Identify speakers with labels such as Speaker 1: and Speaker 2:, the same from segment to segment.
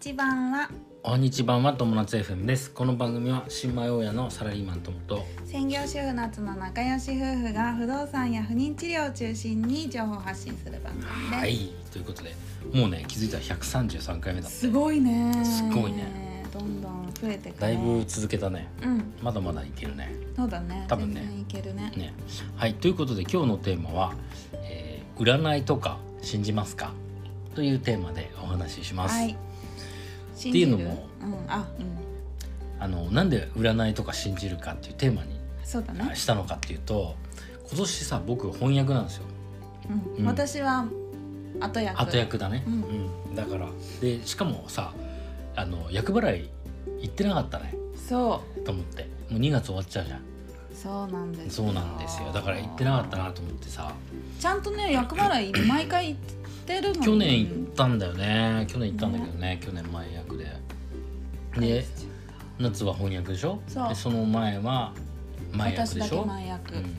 Speaker 1: ち版は
Speaker 2: おはにちばんは友達 FM ですこの番組は新米大家のサラリーマン友と
Speaker 1: 専業主婦夏の仲良し夫婦が不動産や不妊治療を中心に情報発信する番組です、
Speaker 2: はいということでもうね気づいたら133回目だ
Speaker 1: すごいね
Speaker 2: すごいね
Speaker 1: どんどん増えてくね
Speaker 2: だいぶ続けたね
Speaker 1: うん
Speaker 2: まだまだいけるね
Speaker 1: そうだね
Speaker 2: 多分ね
Speaker 1: 全然いけるね
Speaker 2: ねはいということで今日のテーマは、えー占いとか信じますかというテーマでお話しします、
Speaker 1: はい信
Speaker 2: ってい
Speaker 1: じ
Speaker 2: う
Speaker 1: る
Speaker 2: のも
Speaker 1: うんあうん
Speaker 2: あのなんで占いとか信じるかっていうテーマに
Speaker 1: そうだね
Speaker 2: したのかっていうと今年さ僕翻訳なんですよ
Speaker 1: うん、
Speaker 2: うん
Speaker 1: 私は後役
Speaker 2: 後役だね、
Speaker 1: うん
Speaker 2: うんだからでしかもさあの役払い行ってなかったね
Speaker 1: そ
Speaker 2: と思ってもう2月終わっちゃうじゃん
Speaker 1: うそうなんです
Speaker 2: そうなんですよだから行ってなかったなと思ってさ
Speaker 1: ちゃんとね厄払い毎回行ってるのに
Speaker 2: 去年行ったんだよね去年行ったんだけどね去年前役でで夏は翻訳でしょ
Speaker 1: そう
Speaker 2: でその前は前役
Speaker 1: 私
Speaker 2: で
Speaker 1: だ
Speaker 2: し
Speaker 1: け
Speaker 2: ょ
Speaker 1: 前役、
Speaker 2: う
Speaker 1: うんん
Speaker 2: 今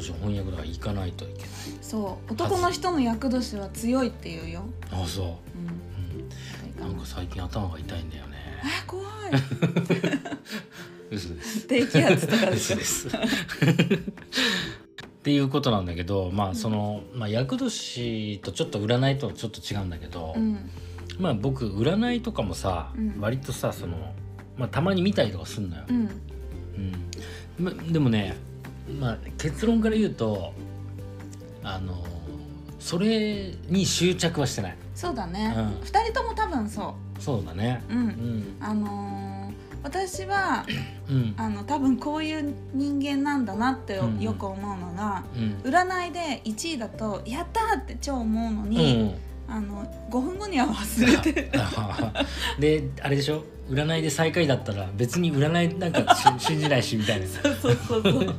Speaker 2: 年は翻訳だから行かないといけない
Speaker 1: そう男の人の厄年は強いっていうよ、
Speaker 2: あそうう、
Speaker 1: ん、
Speaker 2: う、
Speaker 1: なん
Speaker 2: なんん
Speaker 1: か
Speaker 2: か最近頭が痛いんだよね
Speaker 1: えー怖い
Speaker 2: 嘘です
Speaker 1: 低気圧とかで し
Speaker 2: 嘘
Speaker 1: ょ
Speaker 2: です。っていうことなんだけどまあその、まあ、厄年とちょっと占いとはちょっと違うんだけど、
Speaker 1: うん
Speaker 2: まあ僕占いとかもさ、
Speaker 1: うん
Speaker 2: 割とさその、まあ、たまに見たりとかすんのよ
Speaker 1: う。ん
Speaker 2: うんま、でもね、まあ、結論から言うとあのそれに執着はしてない。
Speaker 1: そうだね、
Speaker 2: うん
Speaker 1: 二人とも多分そ
Speaker 2: そうだね。
Speaker 1: うう
Speaker 2: うんん、
Speaker 1: あのー私は
Speaker 2: うん、
Speaker 1: あの多分こういう人間なんだなって
Speaker 2: うん
Speaker 1: よく思うのが、
Speaker 2: うん、
Speaker 1: 占いで1位だと「やった!」って超思うの
Speaker 2: う
Speaker 1: に、
Speaker 2: ん。
Speaker 1: あの5分後には忘れてる
Speaker 2: であれでしょ占いで最下位だったら別に占いなんかし信じないしみた いな
Speaker 1: そうそうそうそう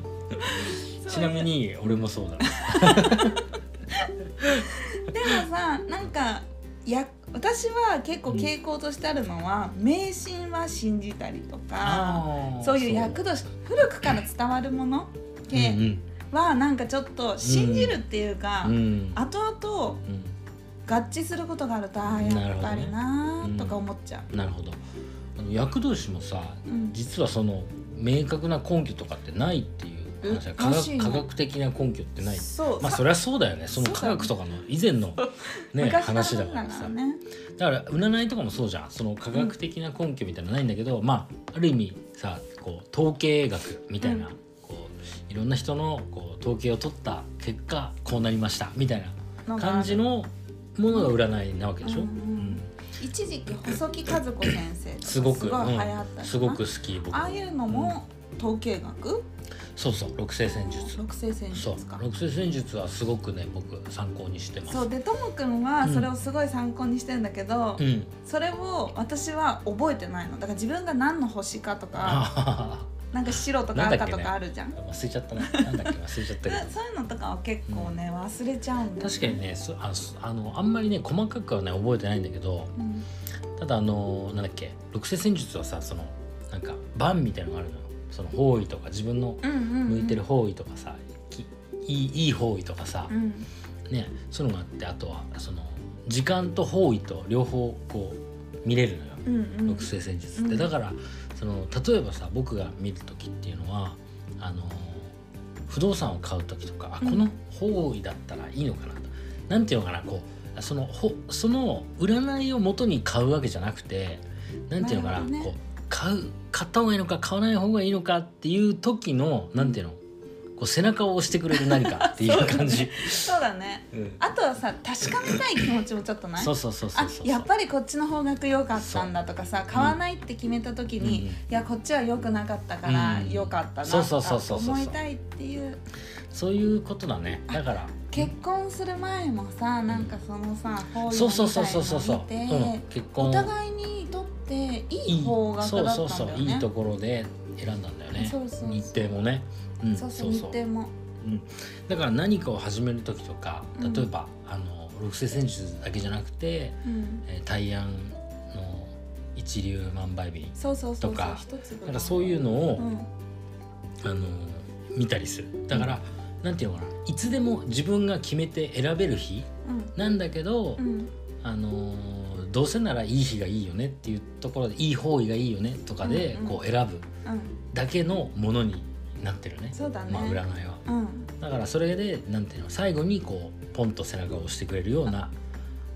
Speaker 2: ちなみに俺もそうだな
Speaker 1: でもさなんかや私は結構傾向としてあるのは、迷信は信じたりとかそういう厄年古くから伝わるもの
Speaker 2: うん
Speaker 1: 系はなんかちょっと信じるっていうか、
Speaker 2: うんうん
Speaker 1: 後々合致することがあるとああ
Speaker 2: なる
Speaker 1: や
Speaker 2: ほ
Speaker 1: っ
Speaker 2: ど
Speaker 1: ぱ
Speaker 2: ね
Speaker 1: りなーとか思っちゃ
Speaker 2: うんなるほどあの厄年もさ
Speaker 1: う。うん
Speaker 2: 実はその明確な根拠とかってないっていう話だ
Speaker 1: え
Speaker 2: 科
Speaker 1: らしい
Speaker 2: 学
Speaker 1: ね
Speaker 2: 科学的な根拠ってない
Speaker 1: そう、
Speaker 2: まあ
Speaker 1: さ
Speaker 2: そりゃそうだよねその
Speaker 1: そうだ
Speaker 2: 科
Speaker 1: ね
Speaker 2: 学とかの以前の ね
Speaker 1: 昔の
Speaker 2: 話だから
Speaker 1: 話だ
Speaker 2: さ
Speaker 1: ね
Speaker 2: だから占いとかもそうじゃんその科学的な根拠みたいなのないんだけど、まあある意味さこう統計学みたいな、
Speaker 1: う
Speaker 2: こういろんな人のこう統計を取った結果こうなりましたみたいな感じのものが占いなわけでしょ、
Speaker 1: うん
Speaker 2: うん
Speaker 1: 一時期細木和子先生とか
Speaker 2: すごく
Speaker 1: すごい流行ったよな、
Speaker 2: うんすごく好き僕
Speaker 1: ああいうのも統計学
Speaker 2: そうそう六星戦術
Speaker 1: 六星戦
Speaker 2: そう
Speaker 1: 術か
Speaker 2: 六星戦術はすごくね僕参考にしてます
Speaker 1: そうでともくんは
Speaker 2: うん
Speaker 1: それをすごい参考にしてるんだけど、
Speaker 2: うん
Speaker 1: それを私は覚えてないのだから自分が何の星かとか
Speaker 2: あ
Speaker 1: なんか白とか
Speaker 2: なんだっ
Speaker 1: 赤
Speaker 2: けね
Speaker 1: とかあるじゃん、
Speaker 2: あ 忘れちゃったねなんだっけ忘れちゃった
Speaker 1: で
Speaker 2: けど
Speaker 1: そういうのとかは結構ね、忘れちゃうんだよ
Speaker 2: 確かにねそあのそあのあんまりね細かくはね覚えてないんだけど
Speaker 1: うん
Speaker 2: ただあのなんだっけ六星戦術はさそのなんか番みたいのがあるのよその方位とか自分の
Speaker 1: うんうんうん
Speaker 2: 向いてる方位とかさ、きいいいい方位とかさ
Speaker 1: う、ん
Speaker 2: ねそういうのがあってあとはその時間と方位と両方こう見れるのよ
Speaker 1: うんうん
Speaker 2: 六星戦術って、
Speaker 1: うん
Speaker 2: だからその例えばさ僕が見る時っていうのはあの不動産を買う時とか、
Speaker 1: うん
Speaker 2: あこの方位だったらいいのかなとなんていうのかなこうそのほその占いを元に買うわけじゃなくてなんていうのか
Speaker 1: な
Speaker 2: な
Speaker 1: るほどね
Speaker 2: こう買う買った方がいいのか買わない方がいいのかっていう時のなんていうのこう背中を押してくれる何かってい
Speaker 1: そう
Speaker 2: う
Speaker 1: だね
Speaker 2: 感じ。
Speaker 1: そうだね
Speaker 2: うん
Speaker 1: あとはさ確かめたい気持ちもちょっとない
Speaker 2: そうそうそうそうそう
Speaker 1: あやっぱりこっちの方角良かったんだとかさ買わないって決めた時に、
Speaker 2: うん
Speaker 1: いやこっちは良くなかったから
Speaker 2: うん
Speaker 1: 良かったな
Speaker 2: そう
Speaker 1: と
Speaker 2: そう
Speaker 1: か
Speaker 2: そうそうそう
Speaker 1: 思いたいっていう
Speaker 2: そういうことだねだから
Speaker 1: 結婚する前もさなんかそのさ方
Speaker 2: そうそうそうそうそうそう、
Speaker 1: 見
Speaker 2: う
Speaker 1: て、
Speaker 2: ん結婚
Speaker 1: お互いにとっていい方角だ
Speaker 2: そ
Speaker 1: っ
Speaker 2: う
Speaker 1: た
Speaker 2: そ
Speaker 1: ん
Speaker 2: う
Speaker 1: だよ
Speaker 2: そういい
Speaker 1: ね
Speaker 2: ところで選んだんだよね
Speaker 1: そうそうそう
Speaker 2: 日程もね、うん、
Speaker 1: そうそう日程も
Speaker 2: だから何かを始める時とか
Speaker 1: うん
Speaker 2: 例えば、あの六星戦術だけじゃなくて、
Speaker 1: うん
Speaker 2: えー、大安の一粒万倍日
Speaker 1: そうそうそう
Speaker 2: とか
Speaker 1: そう一粒
Speaker 2: だからそういうの
Speaker 1: う
Speaker 2: を、
Speaker 1: ん
Speaker 2: あの見たりするだから、なんていうのかないつでも自分が決めて選べる日
Speaker 1: うん
Speaker 2: なんだけど、
Speaker 1: うん
Speaker 2: あのどうせならいい日がいいよねっていうところでいい方位がいいよねとかで
Speaker 1: うんうん
Speaker 2: こう選ぶ
Speaker 1: うん
Speaker 2: だけのものになってるね
Speaker 1: そうだね
Speaker 2: まあ、占いは
Speaker 1: うん
Speaker 2: だからそれでなんていうの最後にこうポンと背中を押してくれるような、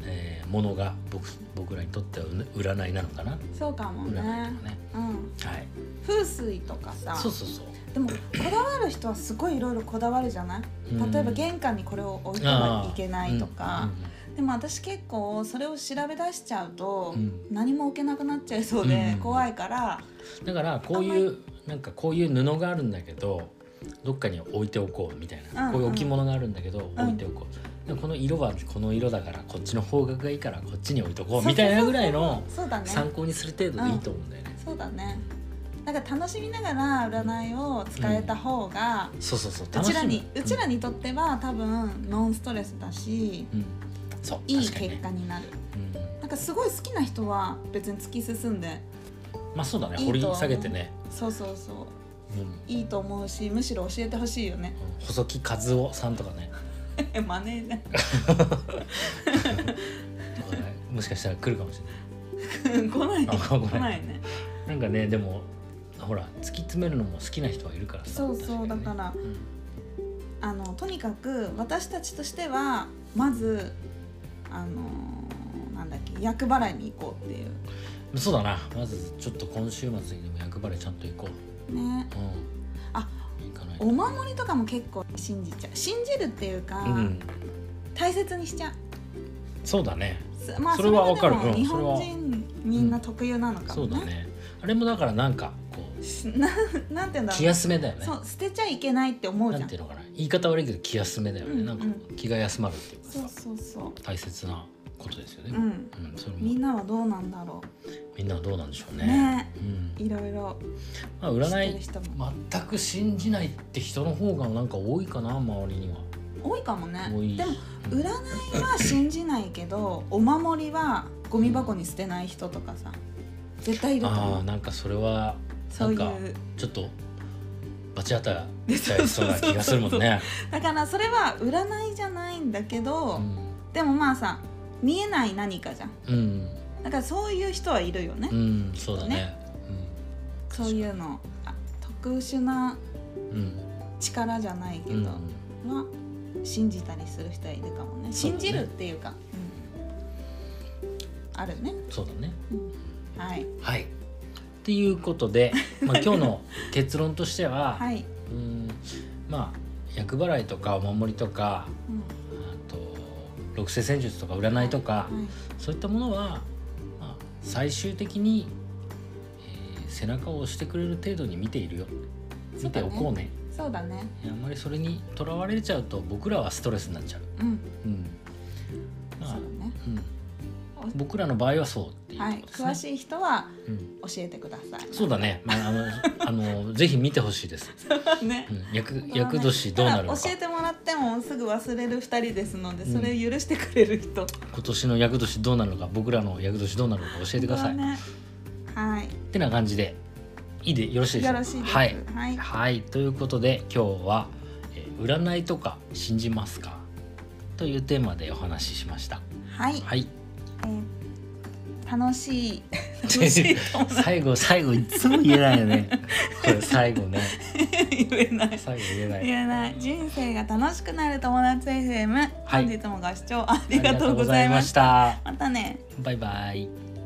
Speaker 2: えーものが僕僕らにとってはう占いなのかな
Speaker 1: そうかも
Speaker 2: 占いとか
Speaker 1: ね、
Speaker 2: ね
Speaker 1: うん、
Speaker 2: はい
Speaker 1: 風水とかさ
Speaker 2: そうそうそう
Speaker 1: でもこだわる人はすごいいろいろこだわるじゃない
Speaker 2: うん
Speaker 1: 例えば玄関にこれを置いてはいけないとか、でも私結構それを調べ出しちゃうと、
Speaker 2: うん
Speaker 1: 何も置けなくなっちゃいそう
Speaker 2: うんうんう
Speaker 1: で
Speaker 2: ん
Speaker 1: 怖いから、
Speaker 2: だからこういうなんかこういう布があるんだけどどっかに置いておこうみたいな、
Speaker 1: うん
Speaker 2: こういう置物があるんだけど置いておこう、でもこの色はこの色だからこっちの方角がいいからこっちに置いとこうみたいなぐらいの
Speaker 1: そうだね
Speaker 2: 参考にする程度でいいと思うんだよね、
Speaker 1: そうだねなんか楽しみながら占いを使えた方が、
Speaker 2: そうそうそう
Speaker 1: うちらに
Speaker 2: 楽しむ
Speaker 1: うちらにとっては多分ノンストレスだし
Speaker 2: うん、そう
Speaker 1: いい
Speaker 2: 確かに
Speaker 1: 結
Speaker 2: ね
Speaker 1: 果になる
Speaker 2: う
Speaker 1: なんかすごい好きな人は別に突き進んで
Speaker 2: ん、まあそうだね
Speaker 1: いいと
Speaker 2: 掘り下げてね、
Speaker 1: そうそうそう
Speaker 2: うん
Speaker 1: いいと思うしむしろ教えてほしいよね
Speaker 2: 細木和夫さんとかね
Speaker 1: マネージャ
Speaker 2: とかねもしかしたら来るかもしれない
Speaker 1: ー 来ない
Speaker 2: あごめん
Speaker 1: 来ないね
Speaker 2: なんかねでもほら突き詰めるのも好きな人はいるからさ
Speaker 1: そうそう
Speaker 2: 確
Speaker 1: だ
Speaker 2: にね
Speaker 1: から
Speaker 2: うん
Speaker 1: あのとにかく私たちとしてはまずあのーなんだっけ厄払いに行こうっていう
Speaker 2: そうだなまずちょっと今週末にでも役場でちゃんと行こ
Speaker 1: ね
Speaker 2: ううん
Speaker 1: あ
Speaker 2: 行かないと
Speaker 1: お守りとかも結構信じちゃう信じるっていうか、
Speaker 2: うん
Speaker 1: 大切にしちゃう
Speaker 2: そうだね
Speaker 1: すまあそ
Speaker 2: それ
Speaker 1: れ
Speaker 2: は
Speaker 1: はで
Speaker 2: わかるう
Speaker 1: も
Speaker 2: ん
Speaker 1: 日
Speaker 2: それは
Speaker 1: 本人みんな特有なのか
Speaker 2: そ
Speaker 1: も
Speaker 2: うだ
Speaker 1: ね,
Speaker 2: ねあれもだからなんかこう
Speaker 1: し、な なんて言うんだ
Speaker 2: 気
Speaker 1: ろう
Speaker 2: 休めだよね
Speaker 1: そう捨てちゃいけないって思うじゃ
Speaker 2: なん
Speaker 1: ん
Speaker 2: ていうのかな言い方悪いけど気休めだよね、
Speaker 1: うん
Speaker 2: なんかこう気が休まるっていうか
Speaker 1: そう
Speaker 2: さ
Speaker 1: そうそ
Speaker 2: 大切なことですよ
Speaker 1: う
Speaker 2: ね
Speaker 1: うん
Speaker 2: うん、それも
Speaker 1: みんなはどうなんだろ
Speaker 2: みんなはどうなんでしょう
Speaker 1: う
Speaker 2: ね
Speaker 1: ね
Speaker 2: うん
Speaker 1: いろいろ
Speaker 2: まあ、
Speaker 1: 知って
Speaker 2: 占
Speaker 1: る
Speaker 2: い
Speaker 1: 人も
Speaker 2: 全く信じないって人の方がなんか多いかな周りには
Speaker 1: 多いかもね
Speaker 2: 多い
Speaker 1: でも
Speaker 2: うん
Speaker 1: 占いは信じないけどお守りはゴミ箱に捨てない人とかさ絶対いると
Speaker 2: あ
Speaker 1: 思
Speaker 2: あ
Speaker 1: う
Speaker 2: なんかそれは
Speaker 1: そうい
Speaker 2: なんか
Speaker 1: う
Speaker 2: ちょっと罰当たりちゃいそうな気がするもんね。
Speaker 1: だからそれは占いじゃないんだけど、
Speaker 2: うん
Speaker 1: でもまあさ見えない何かじゃん
Speaker 2: うん、
Speaker 1: だからそういう人はいるよね、
Speaker 2: うん、そうだね。
Speaker 1: そういうのあ特殊な
Speaker 2: うん、うん、
Speaker 1: 力じゃないけど、
Speaker 2: うん
Speaker 1: は信じたりする人はいるかもね
Speaker 2: そうだ
Speaker 1: 信
Speaker 2: ね
Speaker 1: じるっていうか、うんあるね、
Speaker 2: そうだね。
Speaker 1: うんはい
Speaker 2: はい。っていうこ とで、まあ今日の結論としては、
Speaker 1: はい、
Speaker 2: うん、まあ厄払いとかお守りとか、
Speaker 1: うん
Speaker 2: あと六星占術とか占いとか、
Speaker 1: はい
Speaker 2: そういったものは、まあ、最終的に、えー背中を押してくれる程度に見ているよ。見ておこうね。
Speaker 1: そうだね
Speaker 2: あんまりそれにとらわれちゃうと僕らはストレスになっちゃう、
Speaker 1: うん
Speaker 2: うん
Speaker 1: そう
Speaker 2: ま
Speaker 1: だ
Speaker 2: あ
Speaker 1: ね
Speaker 2: うん、僕らの場合はそうっていう
Speaker 1: は
Speaker 2: こ
Speaker 1: い
Speaker 2: とですね、
Speaker 1: 詳しい人は
Speaker 2: うん、
Speaker 1: 教えてください
Speaker 2: そうだね、まあ、あのあのぜひ見てほしいです、
Speaker 1: ね
Speaker 2: うん、役役年どうなるのか
Speaker 1: ただ教えてもらってもすぐ忘れる二人ですのでそれを許してくれる人、
Speaker 2: 今年の役年どうなるのか僕らの役年どうなるのか教えてください、
Speaker 1: そうねはい
Speaker 2: ってな感じでいいでよろしいでし
Speaker 1: よ
Speaker 2: ょうか
Speaker 1: ろしいです
Speaker 2: はい、
Speaker 1: はい
Speaker 2: はい、ということで今日は、えー占いとか信じますか?」というテーマでお話ししました
Speaker 1: はい
Speaker 2: はい
Speaker 1: えー楽しい楽しいとも
Speaker 2: 最後最後いつも言えないよ ねこれ最後ね
Speaker 1: 言えない
Speaker 2: 最後言えない
Speaker 1: 言えない人生が楽しくなる友達 FM、
Speaker 2: はい
Speaker 1: 本日もご視聴ありがとうございました
Speaker 2: た
Speaker 1: またね
Speaker 2: バイバイ